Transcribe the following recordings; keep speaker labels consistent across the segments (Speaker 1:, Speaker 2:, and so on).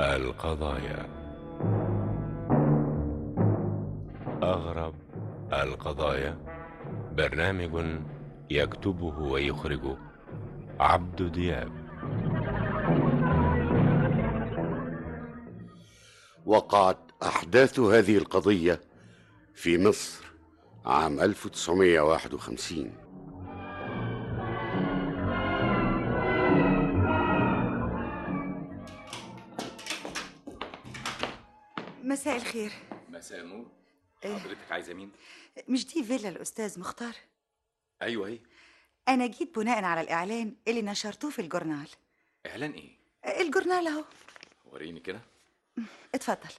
Speaker 1: القضايا أغرب القضايا برنامج يكتبه ويخرجه عبد دياب
Speaker 2: وقعت أحداث هذه القضية في مصر عام 1951
Speaker 3: مساء الخير
Speaker 4: مساء النور
Speaker 3: إيه.
Speaker 4: حضرتك عايزه مين
Speaker 3: مش دي فيلا الأستاذ مختار
Speaker 4: ايوه هي
Speaker 3: أنا جيت بناء على الإعلان اللي نشرتوه في الجورنال
Speaker 4: اعلان ايه
Speaker 3: الجورنال أهو
Speaker 4: وريني كده
Speaker 3: اتفضل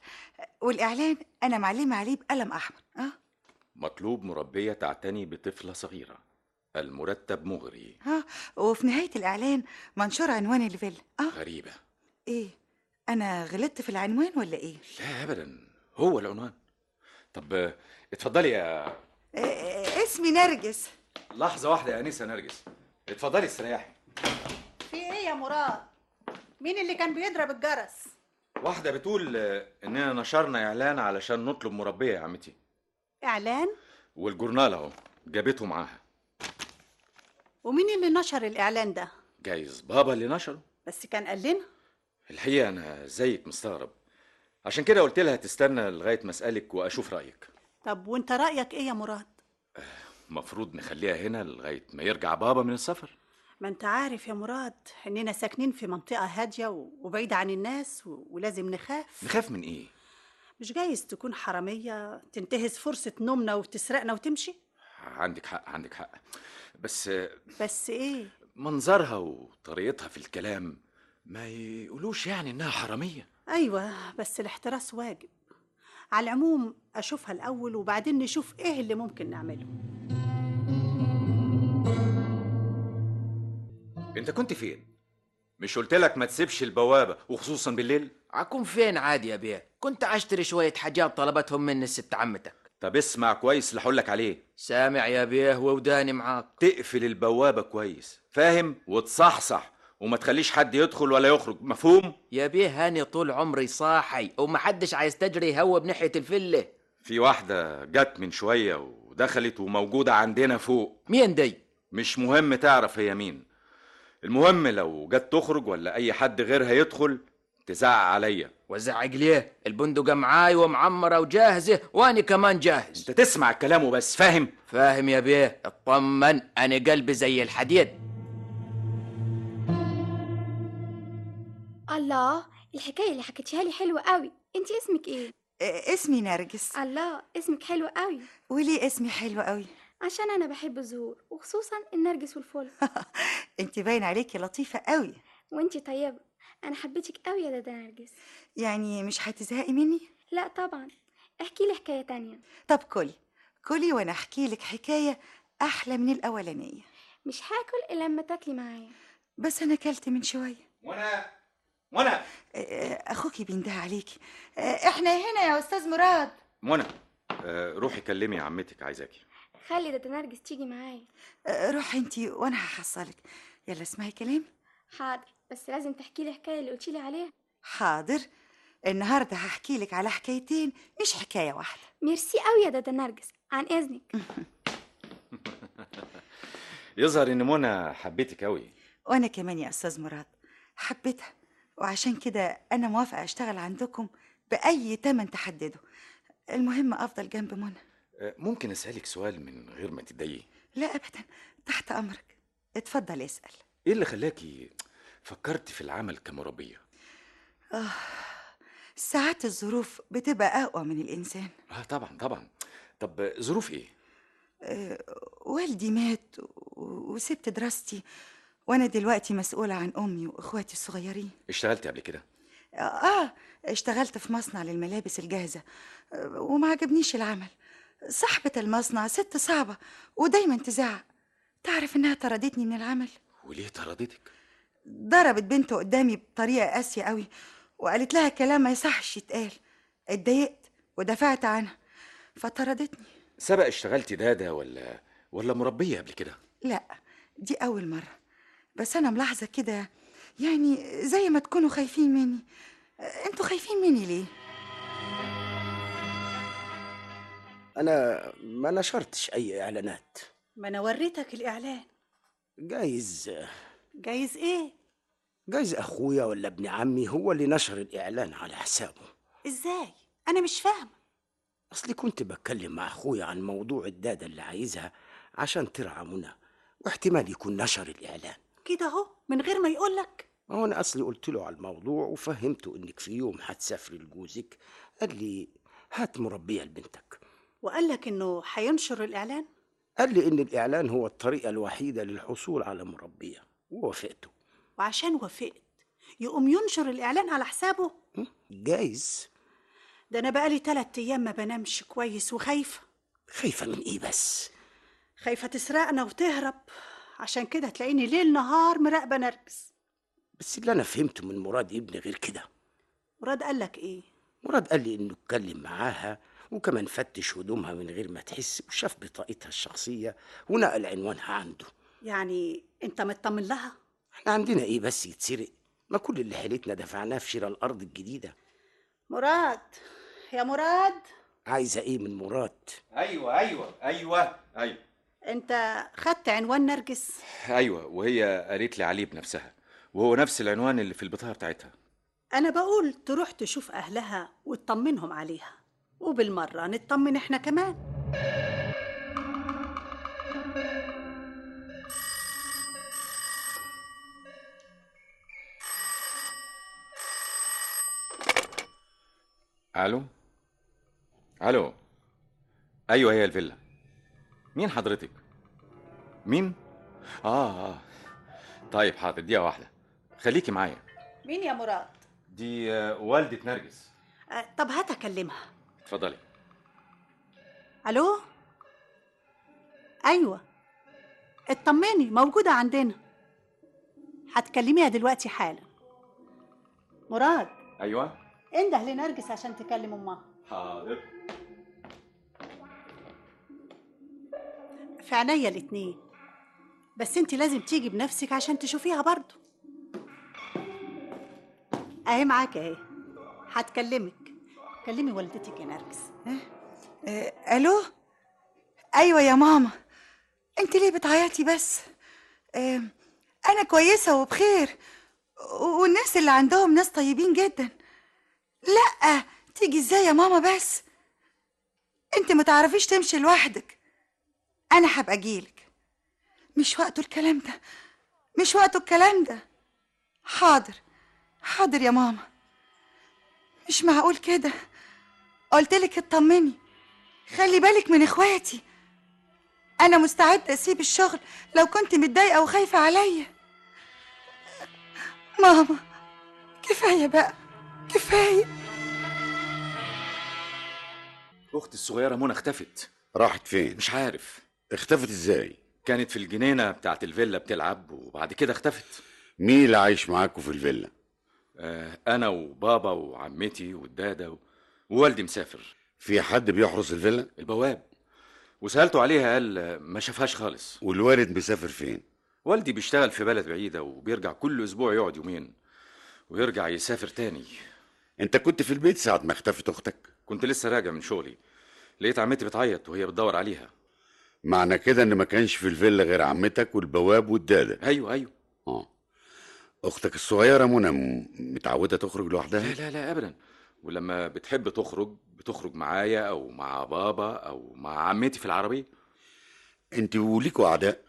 Speaker 3: والإعلان أنا معلمة عليه بقلم أحمر أه
Speaker 4: مطلوب مربيه تعتني بطفله صغيره المرتب مغري
Speaker 3: ها وفي نهاية الإعلان منشور عنوان الفيلا أه
Speaker 4: غريبه
Speaker 3: إيه أنا غلطت في العنوان ولا إيه؟
Speaker 4: لا ابدا هو العنوان طب آه، اتفضلي يا
Speaker 3: آه، اسمي نرجس
Speaker 4: لحظه واحده يا انسه نرجس اتفضلي استريحي
Speaker 5: في ايه يا مراد مين اللي كان بيضرب الجرس
Speaker 4: واحده بتقول آه، اننا نشرنا اعلان علشان نطلب مربيه يا عمتي
Speaker 5: اعلان
Speaker 4: والجورنال اهو جابته معاها
Speaker 5: ومين اللي نشر الاعلان ده
Speaker 4: جايز بابا اللي نشره
Speaker 5: بس كان قال لنا
Speaker 4: الحقيقه انا زيك مستغرب عشان كده قلت لها تستنى لغايه ما اسالك واشوف رايك
Speaker 5: طب وانت رايك ايه يا مراد
Speaker 4: مفروض نخليها هنا لغاية ما يرجع بابا من السفر
Speaker 5: ما انت عارف يا مراد اننا ساكنين في منطقه هاديه و- وبعيده عن الناس و... ولازم نخاف
Speaker 4: نخاف من ايه؟
Speaker 5: مش جايز تكون حراميه تنتهز فرصه نومنا وتسرقنا وتمشي
Speaker 4: عندك حق عندك حق بس آه،
Speaker 5: بس ايه
Speaker 4: منظرها وطريقتها في الكلام ما يقولوش يعني انها حرامية
Speaker 5: ايوه بس الاحتراس واجب على العموم اشوفها الاول وبعدين نشوف ايه اللي ممكن نعمله
Speaker 4: انت كنت فين؟ مش قلت لك ما تسيبش البوابة وخصوصا بالليل؟
Speaker 6: اكون فين عادي يا بيه كنت اشتري شويه حاجات طلبتهم مني ست عمتك
Speaker 4: طب اسمع كويس اللي هقول لك عليه
Speaker 6: سامع يا بيه ووداني معاك
Speaker 4: تقفل البوابة كويس فاهم؟ وتصحصح وما تخليش حد يدخل ولا يخرج مفهوم؟
Speaker 6: يا بيه هاني طول عمري صاحي ومحدش عايز تجري هوا بناحيه الفله
Speaker 4: في واحدة جت من شوية ودخلت وموجودة عندنا فوق
Speaker 6: مين دي
Speaker 4: مش مهم تعرف هي مين المهم لو جت تخرج ولا اي حد غيرها يدخل تزعق عليا
Speaker 6: وزعق ليه البندقة معاي ومعمرة وجاهزة وأنا كمان جاهز
Speaker 4: انت تسمع الكلام وبس فاهم
Speaker 6: فاهم يا بيه اطمن أنا قلبي زي الحديد
Speaker 7: الله الحكايه اللي حكيتيها لي حلوه قوي انت اسمك ايه
Speaker 3: آه، اسمي نرجس
Speaker 7: الله اسمك حلو قوي
Speaker 3: وليه اسمي حلو قوي
Speaker 7: عشان انا بحب الزهور وخصوصا النرجس والفل
Speaker 3: انت باين عليكي لطيفة قوي
Speaker 7: وانت طيبه انا حبيتك قوي يا دادا نرجس
Speaker 3: يعني مش هتزهقي مني
Speaker 7: لا طبعا احكي لي حكايه تانية
Speaker 3: طب كلي كلي وانا احكي لك حكايه احلى من الاولانيه
Speaker 7: مش هاكل الا لما تاكلي معايا
Speaker 3: بس انا اكلت من شويه
Speaker 4: وانا وانا
Speaker 3: آه، اخوكي بينده عليكي آه، احنا هنا يا استاذ مراد
Speaker 4: منى آه، روحي كلمي عمتك عايزاكي
Speaker 7: خلي دادا نرجس تيجي معايا
Speaker 3: آه، روحي انتي وانا هحصلك يلا اسمعي كلام
Speaker 7: حاضر بس لازم تحكي لي الحكايه اللي قلتي لي عليها
Speaker 3: حاضر النهارده هحكي لك على حكايتين مش حكايه واحده
Speaker 7: ميرسي قوي يا دادا نرجس عن اذنك
Speaker 4: يظهر ان منى حبيتك قوي
Speaker 3: وانا كمان يا استاذ مراد حبيتها وعشان كده انا موافقه اشتغل عندكم باي تمن تحدده المهم افضل جنب منى
Speaker 4: آه، ممكن اسالك سؤال من غير ما تتضايقي
Speaker 3: لا ابدا تحت امرك اتفضل اسال
Speaker 4: ايه اللي خلاكي فكرت في العمل كمربيه
Speaker 3: آه. ساعات الظروف بتبقى أقوى من الإنسان
Speaker 4: اه طبعا طبعا طب آه، ظروف ايه
Speaker 3: آه، والدي مات و- وسبت دراستي وأنا دلوقتي مسؤولة عن أمي وإخواتي الصغيرين
Speaker 4: اشتغلتي قبل كده
Speaker 3: آه، آه اشتغلت في مصنع للملابس الجاهزة آه، وما عجبنيش العمل صاحبة المصنع ست صعبة ودايما تزعق تعرف إنها طردتني من العمل
Speaker 4: وليه طردتك
Speaker 3: ضربت بنته قدامي بطريقة قاسية قوي وقالت لها كلام ما يصحش يتقال اتضايقت ودافعت عنها فطردتني
Speaker 4: سبق اشتغلتي داده ولا ولا مربيه قبل كده
Speaker 3: لا دي أول مرة بس أنا ملاحظة كده يعني زي ما تكونوا خايفين مني انتوا خايفين مني ليه؟
Speaker 8: انا ما نشرتش اي اعلانات
Speaker 5: ما انا وريتك الاعلان
Speaker 8: جايز
Speaker 5: جايز ايه
Speaker 8: جايز اخويا ولا ابن عمي هو اللي نشر الاعلان على حسابه
Speaker 5: ازاي انا مش فاهمه
Speaker 8: اصلي كنت بتكلم مع اخويا عن موضوع الداده اللي عايزها عشان ترعى منى واحتمال يكون نشر الاعلان
Speaker 5: كده اهو من غير ما يقولك
Speaker 8: هو انا اصلي قلت له على الموضوع وفهمته انك في يوم هتسافري لجوزك قال لي هات مربيه لبنتك
Speaker 5: وقالك انه هينشر الاعلان
Speaker 8: قال لي ان الاعلان هو الطريقه الوحيده للحصول على مربيه ووافقته
Speaker 5: وعشان وافقت يقوم ينشر الاعلان على حسابه
Speaker 8: م? جايز
Speaker 5: ده انا بقالي تلات ايام ما بنامش كويس وخايفه
Speaker 8: خايفه من ايه بس
Speaker 5: خايفه تسرقنا وتهرب عشان كده تلاقيني ليل نهار مراقبه نرجس
Speaker 8: بس اللي انا فهمته من مراد ابني غير كده
Speaker 5: مراد قالك ايه
Speaker 8: مراد قال لي انه اتكلم معاها وكمان فتش هدومها من غير ما تحس وشاف بطاقتها الشخصيه ونقل عنوانها عنده
Speaker 5: يعني انت مطمن لها
Speaker 8: احنا عندنا ايه بس يتسرق ما كل اللي حيلتنا دفعناه في شراء الارض الجديده
Speaker 5: مراد يا مراد
Speaker 8: عايزه ايه من مراد
Speaker 4: ايوه ايوه ايوه ايوه
Speaker 5: انت خدت عنوان نرجس
Speaker 4: ايوه وهي قالت لي عليه بنفسها وهو نفس العنوان اللي في البطاقه بتاعتها
Speaker 5: انا بقول تروح تشوف اهلها وتطمنهم عليها وبالمره نطمن احنا كمان
Speaker 4: الو الو ايوه هي الفيلا مين حضرتك مين اه اه طيب حاضر دقيقه واحده خليكي معايا
Speaker 5: مين يا مراد
Speaker 4: دي آه، والده نرجس
Speaker 5: أه طب هات اكلمها
Speaker 4: اتفضلي
Speaker 5: الو ايوه اطمني موجوده عندنا هتكلميها دلوقتي حالا مراد
Speaker 4: ايوه
Speaker 5: انده لنرجس عشان تكلم امها
Speaker 4: حاضر
Speaker 5: في عينيا الاتنين بس انت لازم تيجي بنفسك عشان تشوفيها برضو اهي معاك اهي هتكلمك كلمي والدتك يا نرجس
Speaker 3: آه، الو ايوه يا ماما انت ليه بتعيطي بس آه، انا كويسه وبخير و- والناس اللي عندهم ناس طيبين جدا لا تيجي ازاي يا ماما بس انت ما تعرفيش تمشي لوحدك انا هبقى اجيلك مش وقته الكلام ده مش وقته الكلام ده حاضر حاضر يا ماما مش معقول كده قلتلك اطمني خلي بالك من اخواتي انا مستعده اسيب الشغل لو كنت متضايقه وخايفه عليا ماما كفايه بقى كفايه
Speaker 4: اختي الصغيره منى اختفت
Speaker 2: راحت فين
Speaker 4: مش عارف
Speaker 2: اختفت ازاي
Speaker 4: كانت في الجنينه بتاعت الفيلا بتلعب وبعد كده اختفت
Speaker 2: مين اللي عايش معاكم في الفيلا
Speaker 4: آه، انا وبابا وعمتي والداده و- ووالدي مسافر
Speaker 2: في حد بيحرس الفيلا
Speaker 4: البواب وسالته عليها قال آه، ما شافهاش خالص
Speaker 2: والوالد مسافر فين
Speaker 4: والدي بيشتغل في بلد بعيده وبيرجع كل اسبوع يقعد يومين ويرجع يسافر تاني
Speaker 2: انت كنت في البيت ساعه ما اختفت اختك
Speaker 4: كنت لسه راجع من شغلي لقيت عمتي بتعيط وهي بتدور عليها
Speaker 2: معنى كده ان ما كانش في الفيلا غير عمتك والبواب والداده
Speaker 4: ايوه ايوه
Speaker 2: اه اختك الصغيره منى م- متعوده تخرج
Speaker 4: لا
Speaker 2: لوحدها
Speaker 4: لا لا ابدا ولما بتحب تخرج بتخرج معايا او مع بابا او مع عمتي في العربيه
Speaker 2: انت وليكوا اعداء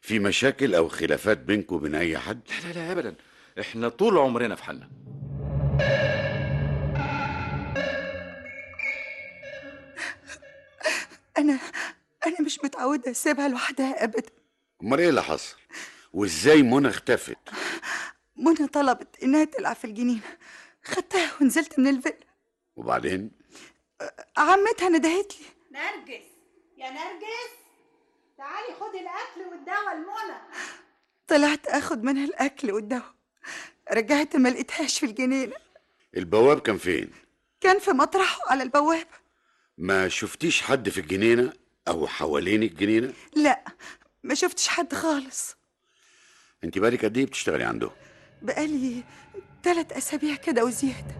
Speaker 2: في مشاكل او خلافات بينكم وبين اي حد
Speaker 4: لا لا لا ابدا احنا طول عمرنا في حالنا
Speaker 3: انا انا مش متعوده اسيبها لوحدها ابدا
Speaker 2: امال ايه اللي حصل وازاي منى اختفت
Speaker 3: منى طلبت انها تلعب في الجنينه خدتها ونزلت من الفيلا
Speaker 2: وبعدين
Speaker 3: عمتها ندهت لي
Speaker 5: نرجس يا نرجس تعالي خدي الاكل والدواء لمنى
Speaker 3: طلعت اخد منها الاكل والدواء رجعت ما لقيتهاش في الجنينه
Speaker 2: البواب كان فين
Speaker 3: كان في مطرحه على البوابه
Speaker 2: ما شفتيش حد في الجنينه او حوالين الجنينه
Speaker 3: لا ما شفتش حد خالص
Speaker 2: انت بالك قد ايه بتشتغلي إيه عنده
Speaker 3: بقالي ثلاث أسابيع كده وزيادة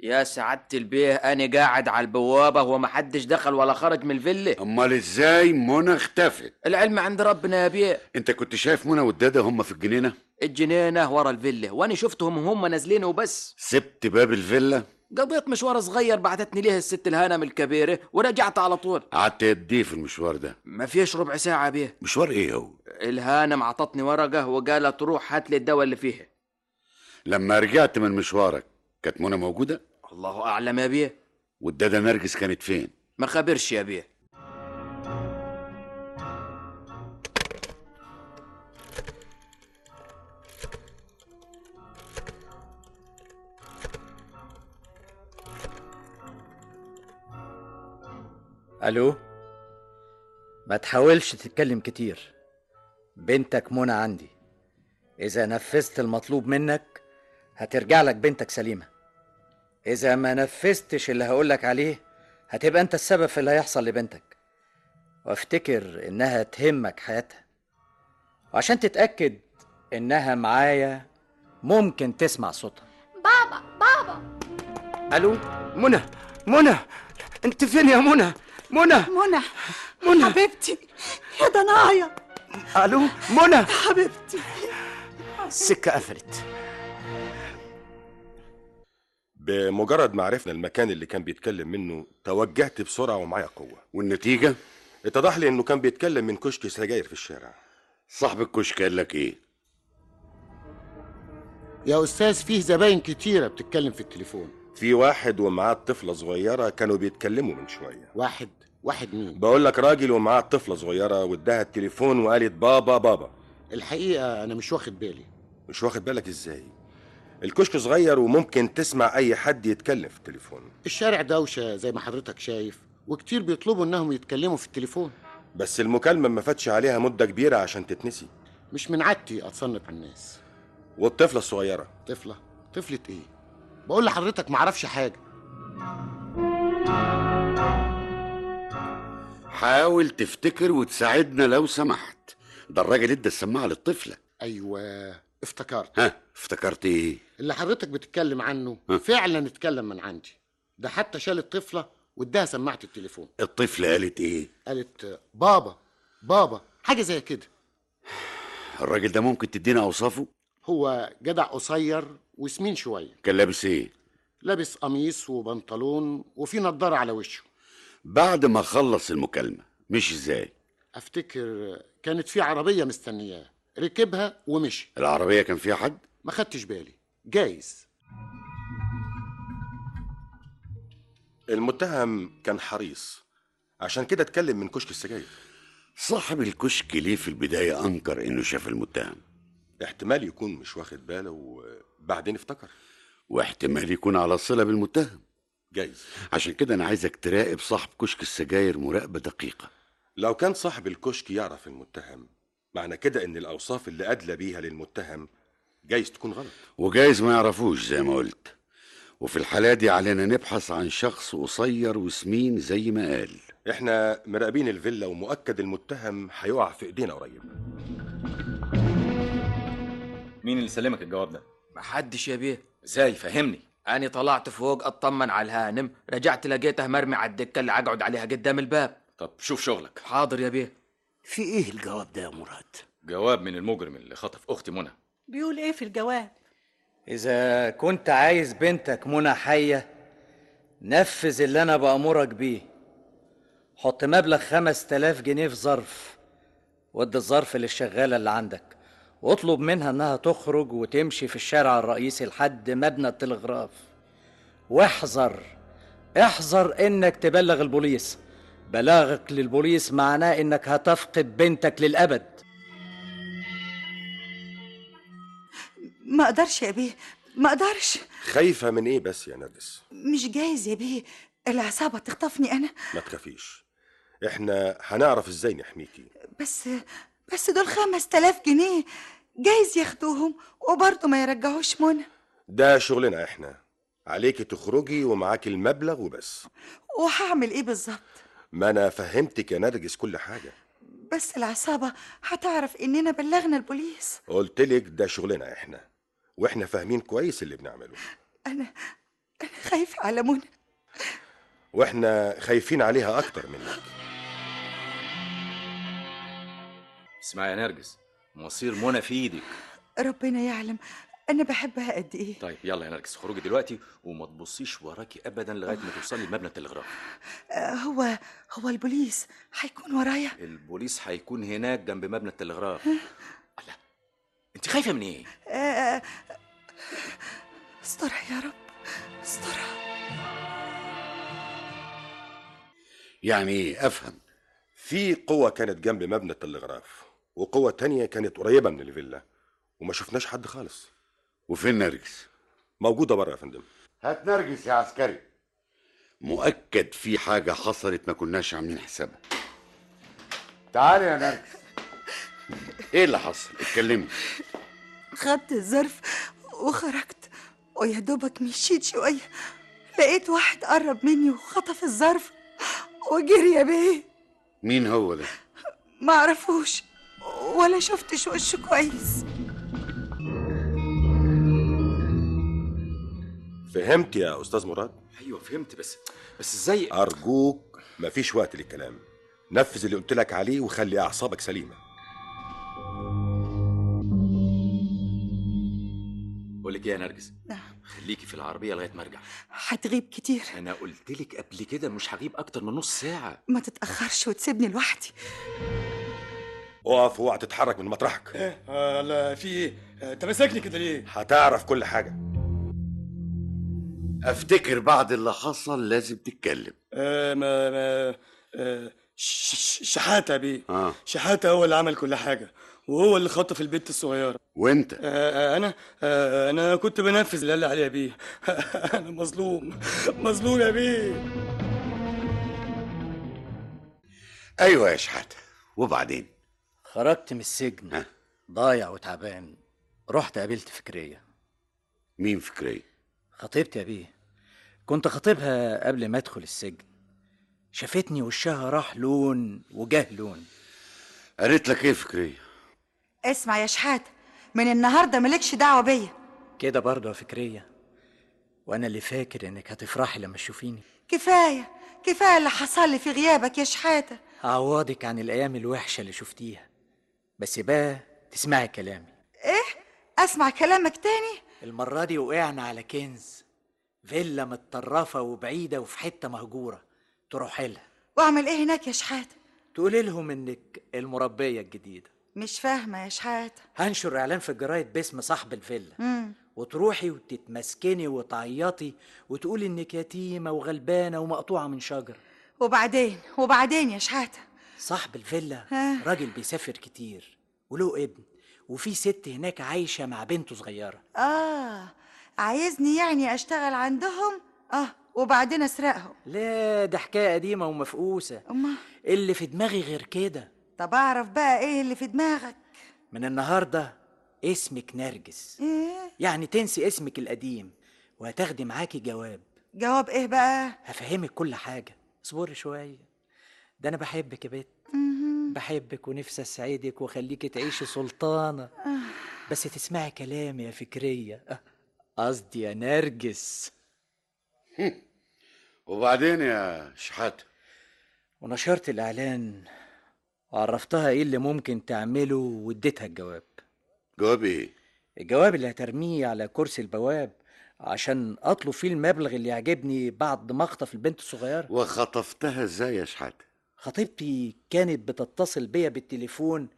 Speaker 6: يا سعادة البيه أنا قاعد على البوابة ومحدش دخل ولا خرج من الفيلا
Speaker 2: امال ازاي منى اختفت
Speaker 6: العلم عند ربنا يا بيه
Speaker 2: انت كنت شايف منى والداده هما في الجنينه
Speaker 6: الجنينة ورا الفيلا وأنا شفتهم هم نازلين وبس
Speaker 2: سبت باب الفيلا
Speaker 6: قضيت مشوار صغير بعتتني ليه الست الهانم الكبيرة ورجعت على طول
Speaker 2: قعدت قد ايه في المشوار ده
Speaker 6: ما فيش ربع ساعة بيه
Speaker 2: مشوار ايه هو
Speaker 6: الهانم عطتني ورقة وقالت روح هات لي الدواء اللي فيها
Speaker 2: لما رجعت من مشوارك كانت منى موجوده
Speaker 6: الله أعلم يا بيه
Speaker 2: والداده نرجس كانت فين
Speaker 6: ما خبرش يا بيه
Speaker 9: الو ما تحاولش تتكلم كتير بنتك منى عندي اذا نفذت المطلوب منك هترجع لك بنتك سليمه اذا ما نفذتش اللي هقولك عليه هتبقى انت السبب في اللي هيحصل لبنتك وافتكر انها تهمك حياتها وعشان تتاكد انها معايا ممكن تسمع صوتها
Speaker 7: بابا بابا
Speaker 8: الو منى منى انت فين يا منى منى
Speaker 5: منى
Speaker 8: منى
Speaker 5: حبيبتي يا ضنايا
Speaker 8: الو منى
Speaker 5: حبيبتي
Speaker 8: السكه قفلت
Speaker 10: بمجرد ما عرفنا المكان اللي كان بيتكلم منه توجهت بسرعة ومعايا قوة
Speaker 2: والنتيجه
Speaker 10: اتضح لي انه كان بيتكلم من كشك سجاير في الشارع
Speaker 2: صاحب الكشك قال لك ايه
Speaker 11: يا استاذ فيه زباين كتيره بتتكلم في التليفون
Speaker 10: في واحد ومعاه طفلة صغيرة كانوا بيتكلموا من شوية
Speaker 11: واحد واحد مين
Speaker 10: بقول لك راجل ومعاه طفلة صغيرة واداها التليفون وقالت بابا بابا
Speaker 11: الحقيقه انا مش واخد بالي
Speaker 10: مش واخد بالك ازاي الكشك صغير وممكن تسمع اي حد يتكلم في التليفون
Speaker 11: الشارع دوشه زي ما حضرتك شايف وكتير بيطلبوا انهم يتكلموا في التليفون
Speaker 10: بس المكالمة ما فاتش عليها مدة كبيرة عشان تتنسي
Speaker 11: مش من عادتي اتصنت على الناس
Speaker 10: والطفلة الصغيرة
Speaker 11: طفله طفله ايه بقول لحضرتك معرفش حاجه
Speaker 2: حاول تفتكر وتساعدنا لو سمحت ده الراجل ادى السماعه للطفله
Speaker 11: ايوه افتكرت
Speaker 2: ها افتكرت ايه
Speaker 11: اللي حضرتك بتتكلم عنه
Speaker 2: ها.
Speaker 11: فعلا اتكلم من عندي ده حتى شال الطفله واداها سماعه التليفون
Speaker 2: الطفله قالت ايه
Speaker 11: قالت آه، بابا بابا حاجه زي كده
Speaker 2: الراجل ده ممكن تدينا اوصافه
Speaker 11: هو جدع قصير وسمين شويه
Speaker 2: كان لابس ايه
Speaker 11: لابس قميص وبنطلون وفي نضاره على وشه
Speaker 2: بعد ما خلص المكالمه مش ازاي
Speaker 11: افتكر آه، كانت في عربيه مستنياه ركبها ومشي
Speaker 2: العربيه كان فيها حد
Speaker 11: ما خدتش بالي جايز
Speaker 10: المتهم كان حريص عشان كده اتكلم من كشك السجاير
Speaker 2: صاحب الكشك ليه في البدايه انكر انه شاف المتهم
Speaker 10: احتمال يكون مش واخد باله وبعدين افتكر
Speaker 2: واحتمال يكون على صله بالمتهم
Speaker 10: جايز
Speaker 2: عشان كده انا عايزك تراقب صاحب كشك السجاير مراقبه دقيقه
Speaker 10: لو كان صاحب الكشك يعرف المتهم معنى كده ان الاوصاف اللي ادلى بيها للمتهم جايز تكون غلط
Speaker 2: وجايز ما يعرفوش زي ما قلت وفي الحالة دي علينا نبحث عن شخص قصير وسمين زي ما قال
Speaker 10: احنا مراقبين الفيلا ومؤكد المتهم هيقع في ايدينا قريب
Speaker 4: مين اللي سلمك الجواب ده
Speaker 6: محدش يا بيه
Speaker 4: ازاي فهمني
Speaker 6: أنا طلعت فوق أطمن على الهانم رجعت لقيته مرمي على الدكة اللي أقعد عليها قدام الباب
Speaker 4: طب شوف شغلك
Speaker 6: حاضر يا بيه
Speaker 8: في ايه الجواب ده يا مراد
Speaker 4: جواب من المجرم اللي خطف اختي منى
Speaker 5: بيقول ايه في الجواب
Speaker 9: إذا كنت عايز بنتك منى حية نفذ اللي أنا بأمرك بيه حط مبلغ خمس تلاف جنيه في ظرف ودي الظرف للشغالة اللي عندك واطلب منها إنها تخرج وتمشي في الشارع الرئيسي لحد مبنى التلغراف واحذر احذر إنك تبلغ البوليس بلاغك للبوليس معناه إنك هتفقد بنتك للأبد
Speaker 3: ما أقدرش يا بيه ما أقدرش
Speaker 10: خايفة من ايه بس يا نرجس
Speaker 3: مش جايز يا بيه العصابة تخطفني أنا
Speaker 10: ما تخافيش احنا هنعرف ازاي نحميكي
Speaker 3: بس بس دول خمس تلاف جنيه جايز ياخدوهم وبرضه ما يرجعوش منى
Speaker 10: ده شغلنا احنا عليكي تخرجي ومعاكي المبلغ وبس
Speaker 3: وهعمل إيه بالظبط
Speaker 10: ما انا فهمتك يا نرجس كل حاجة
Speaker 3: بس العصابة هتعرف إننا بلغنا البوليس
Speaker 10: قلتلك ده شغلنا احنا واحنا فاهمين كويس اللي بنعمله
Speaker 3: أنا أنا خايفة على منى
Speaker 10: واحنا خايفين عليها اكتر منك
Speaker 4: اسمعي يا نرجس مصير منى في ايدك
Speaker 3: ربنا يعلم أنا بحبها قد إيه
Speaker 4: طيب يلا يا نرجس خروجي دلوقتي وما تبصيش وراكي ابدا لغايه ما توصلي لمبنى التلغراف
Speaker 3: آه، هو هو البوليس هيكون ورايا
Speaker 4: البوليس هيكون هناك جنب مبنى التلغراف الله انت خايفه من ايه
Speaker 3: آه، استرها يا رب استرها
Speaker 10: يعني
Speaker 2: إيه؟
Speaker 10: ايه افهم في قوه كانت جنب مبنى التلغراف وقوه تانية كانت قريبه من الفيلا وما شفناش حد خالص
Speaker 2: وفين نرجس
Speaker 10: موجوده بره يا فندم
Speaker 2: هات نرجس يا عسكري مؤكد في حاجة حصلت ما كناش عاملين حسابها تعالي يا نرجس ايه اللي حصل؟ اتكلمي
Speaker 3: خدت الظرف وخرجت ويا دوبك مشيت شوية لقيت واحد قرب مني وخطف الظرف وجري يا بيه
Speaker 2: مين هو ده؟
Speaker 3: معرفوش ولا شفتش وشه كويس
Speaker 10: فهمت يا استاذ مراد
Speaker 4: ايوه فهمت بس بس ازاي
Speaker 10: ارجوك مفيش وقت للكلام نفذ اللي قلت لك عليه وخلي اعصابك سليمه
Speaker 4: بقول لك ايه يا نرجس
Speaker 3: نعم.
Speaker 4: خليكي في العربيه لغايه ما ارجع
Speaker 3: هتغيب كتير
Speaker 4: انا قلت لك قبل كده مش هغيب اكتر من نص ساعه
Speaker 3: ما تتأخرش وتسيبني لوحدي
Speaker 10: اقف واوعى تتحرك من مطرحك
Speaker 12: ايه آه، لا في ايه آه، انت ماسكني كده ليه
Speaker 10: هتعرف كل حاجه
Speaker 2: افتكر بعد اللي حصل لازم تتكلم
Speaker 12: آه، ما ما آه، ش- ش- شحاته يا بيه
Speaker 2: اه
Speaker 12: شحاته هو اللي عمل كل حاجه وهو اللي خطف البت الصغيره
Speaker 2: وانت
Speaker 12: آه، آه، انا آه، انا كنت بنفذ اللي قال لي عليه يا بيه انا مظلوم مظلوم يا بيه
Speaker 2: ايوه يا شحاته وبعدين
Speaker 9: خرجت من السجن ضايع وتعبان رحت قابلت فكرية
Speaker 2: مين فكرية؟
Speaker 9: خطيبتي يا بيه كنت خطيبها قبل ما ادخل السجن شافتني وشها راح لون وجاه لون
Speaker 2: قالت لك ايه فكرية؟
Speaker 3: اسمع يا شحاتة من النهاردة مالكش دعوة بيا
Speaker 9: كده برضه يا فكرية وانا اللي فاكر انك هتفرحي لما تشوفيني
Speaker 3: كفاية كفاية اللي حصل لي في غيابك يا شحاتة
Speaker 9: هعوضك عن الايام الوحشة اللي شفتيها بس بقى تسمعي كلامي
Speaker 3: ايه اسمع كلامك تاني
Speaker 9: المرة دي وقعنا على كنز فيلا متطرفة وبعيدة وفي حتة مهجورة تروحي لها
Speaker 3: واعمل ايه هناك يا شحاتة
Speaker 9: تقولي لهم انك المربية الجديدة
Speaker 3: مش فاهمة يا شحاتة
Speaker 9: هنشر اعلان في الجرايد باسم صاحب الفيلا
Speaker 3: مم.
Speaker 9: وتروحي وتتمسكني وتعيطي وتقولي انك يتيمة وغلبانة ومقطوعة من شجر
Speaker 3: وبعدين وبعدين يا شحاتة
Speaker 9: صاحب الفيلا
Speaker 3: آه.
Speaker 9: راجل بيسافر كتير وله ابن وفي ست هناك عايشة مع بنته صغيرة
Speaker 3: اه عايزني يعني اشتغل عندهم اه وبعدين اسرقهم
Speaker 9: لا ده حكاية قديمة ومفقوسة
Speaker 3: أما
Speaker 9: اللي في دماغي غير كده
Speaker 3: طب اعرف بقى ايه اللي في دماغك
Speaker 9: من النهاردة اسمك نرجس
Speaker 3: ايه
Speaker 9: يعني تنسي اسمك القديم وهتاخدي معاكي جواب
Speaker 3: جواب ايه بقى
Speaker 9: هفهمك كل حاجة اصبري شوية ده أنا بحبك يا بت بحبك ونفسي أسعدك وأخليكي تعيشي سلطانة
Speaker 3: آه.
Speaker 9: بس تسمعي كلامي يا فكرية أه، قصدي يا نرجس
Speaker 2: وبعدين يا شحاته
Speaker 9: ونشرت الإعلان وعرفتها إيه اللي ممكن تعمله واديتها الجواب
Speaker 2: جواب ايه؟
Speaker 9: الجواب اللي هترميه على كرسي البواب عشان أطلب فيه المبلغ اللي يعجبني بعد ما أخطف البنت الصغيرة
Speaker 2: وخطفتها ازاي يا شحاته؟
Speaker 9: خطيبتي كانت بتتصل بيا بالتليفون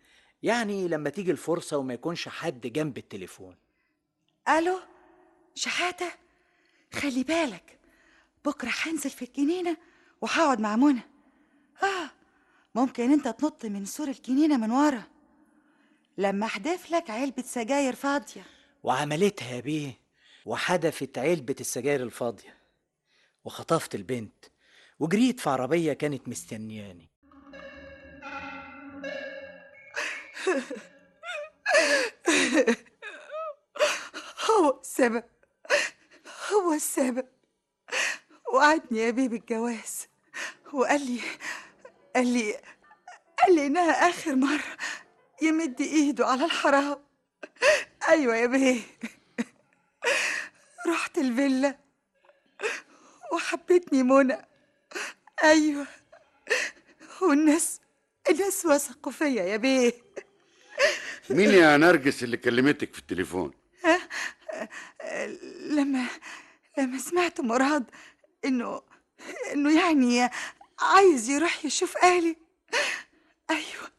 Speaker 9: يعني لما تيجي الفرصة وما يكونش حد جنب التليفون
Speaker 3: الو شحاتة خلي بالك بكرة هنزل في الجنينة وهقعد مع منى اه ممكن انت تنط من سور الجنينة من ورا لما احدف لك علبة سجاير فاضية
Speaker 9: وعملتها يا بيه وحدفت علبة السجاير الفاضية وخطفت البنت وجريت في عربية كانت مستنياني
Speaker 3: هو السبب هو السبب وعدني أبيه بالجواز وقال لي قال لي قال لي إنها آخر مرة يمد إيده على الحرام أيوة يا بيه رحت الفيلا وحبتني منى ايوه والناس الناس وثقوا فيا يا بيه
Speaker 2: مين يا نرجس اللي كلمتك في التليفون
Speaker 3: ها؟ آه، لما لما سمعت مراد انه انه يعني عايز يروح يشوف اهلي ايوه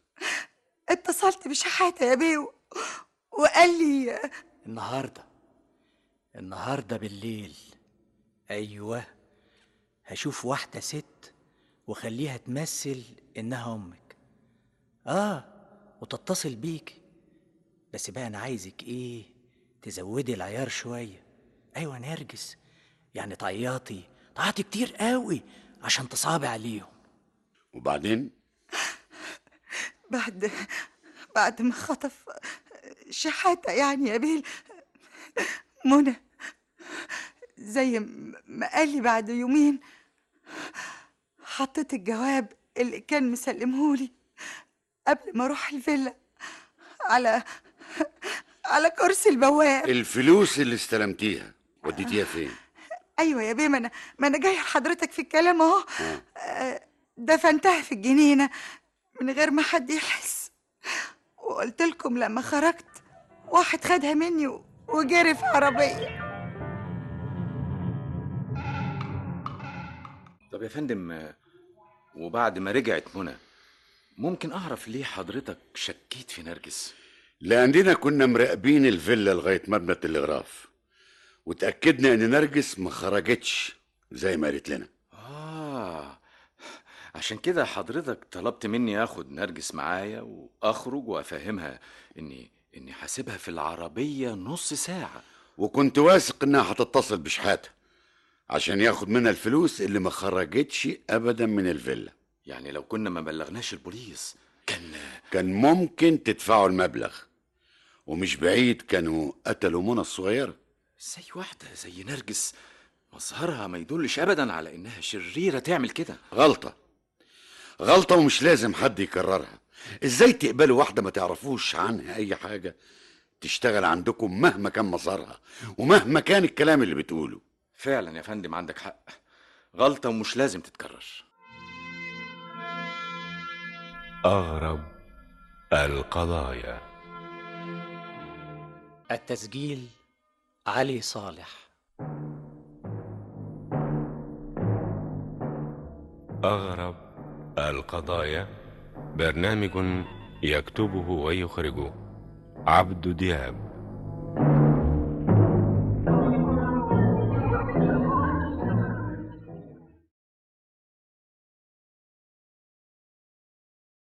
Speaker 3: اتصلت بشحاته يا بيه وقال لي
Speaker 9: النهارده النهارده بالليل ايوه هشوف واحده ست وخليها تمثل انها امك اه وتتصل بيكي بس بقى انا عايزك ايه تزودي العيار شويه ايوه نرجس يعني تعيطي تعيطي كتير قوي عشان تصعبي عليهم
Speaker 2: وبعدين
Speaker 3: بعد بعد ما خطف شحاته يعني يا بيل منى زي م- ما قال لي بعد يومين حطيت الجواب اللي كان مسلمهولي قبل ما اروح الفيلا على على كرسي البواب
Speaker 2: الفلوس اللي استلمتيها وديتيها فين
Speaker 3: ايوه يا بيه ما انا ما انا جايه لحضرتك في الكلام اهو
Speaker 2: ها؟
Speaker 3: آه، دفنتها في الجنينه من غير ما حد يحس وقلت لكم لما خرجت واحد خدها مني و- وجري في عربيه
Speaker 4: طب يا فندم آه، وبعد ما رجعت منى ممكن اعرف ليه حضرتك شكيت في نرجس
Speaker 2: لأننا كنا مراقبين الفيلا لغاية مبنى التلغراف وتأكدنا إن نرجس ما خرجتش زي ما قالت لنا
Speaker 4: آه عشان كده حضرتك طلبت مني اخد نرجس معايا واخرج وافهمها اني اني حاسبها في العربيه نص ساعه
Speaker 2: وكنت واثق إنها هتتصل بشحاتة عشان ياخد منها الفلوس اللي ما خرجتش أبدا من الفيلا
Speaker 4: يعني لو كنا ما بلغناش البوليس
Speaker 2: كان ممكن تدفعوا المبلغ ومش بعيد كانوا قتلوا منى الصغيرة
Speaker 4: زي واحده زي نرجس مظهرها ما يدلش ابدا على انها شريره تعمل كده
Speaker 2: غلطة غلطة ومش لازم حد يكررها ازاي تقبلوا واحدة ما تعرفوش عنها أي حاجة تشتغل عندكم مهما كان مسارها ومهما كان الكلام اللي بتقوله
Speaker 4: فعلا يا فندم عندك حق غلطه ومش لازم تتكرر
Speaker 1: أغرب القضايا
Speaker 6: التسجيل علي صالح
Speaker 1: أغرب القضايا برنامج يكتبه ويخرجه عبد دياب